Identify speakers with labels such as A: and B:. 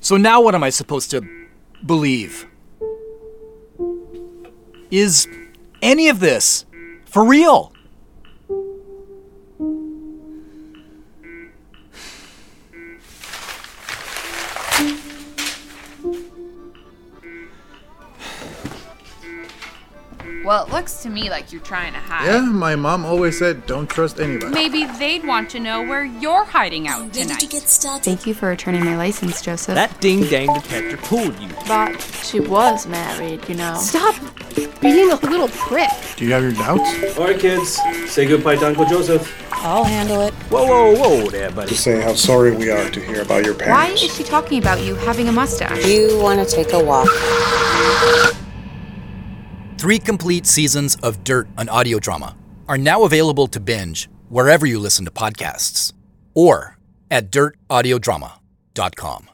A: So now what am I supposed to believe? Is any of this for real?
B: Well, it looks to me like you're trying to hide.
C: Yeah, my mom always said, don't trust anybody.
B: Maybe they'd want to know where you're hiding out tonight.
D: Thank you for returning my license, Joseph.
E: That ding dang detector pulled you.
F: But she was married, you know.
G: Stop being a little prick.
C: Do you have your doubts?
H: All right, kids, say goodbye to Uncle Joseph.
I: I'll handle it.
E: Whoa, whoa, whoa there, buddy.
J: To say how sorry we are to hear about your
D: Why
J: parents.
D: is she talking about you having a mustache?
I: You want to take a walk.
A: Three complete seasons of Dirt, an audio drama, are now available to binge wherever you listen to podcasts or at dirtaudiodrama.com.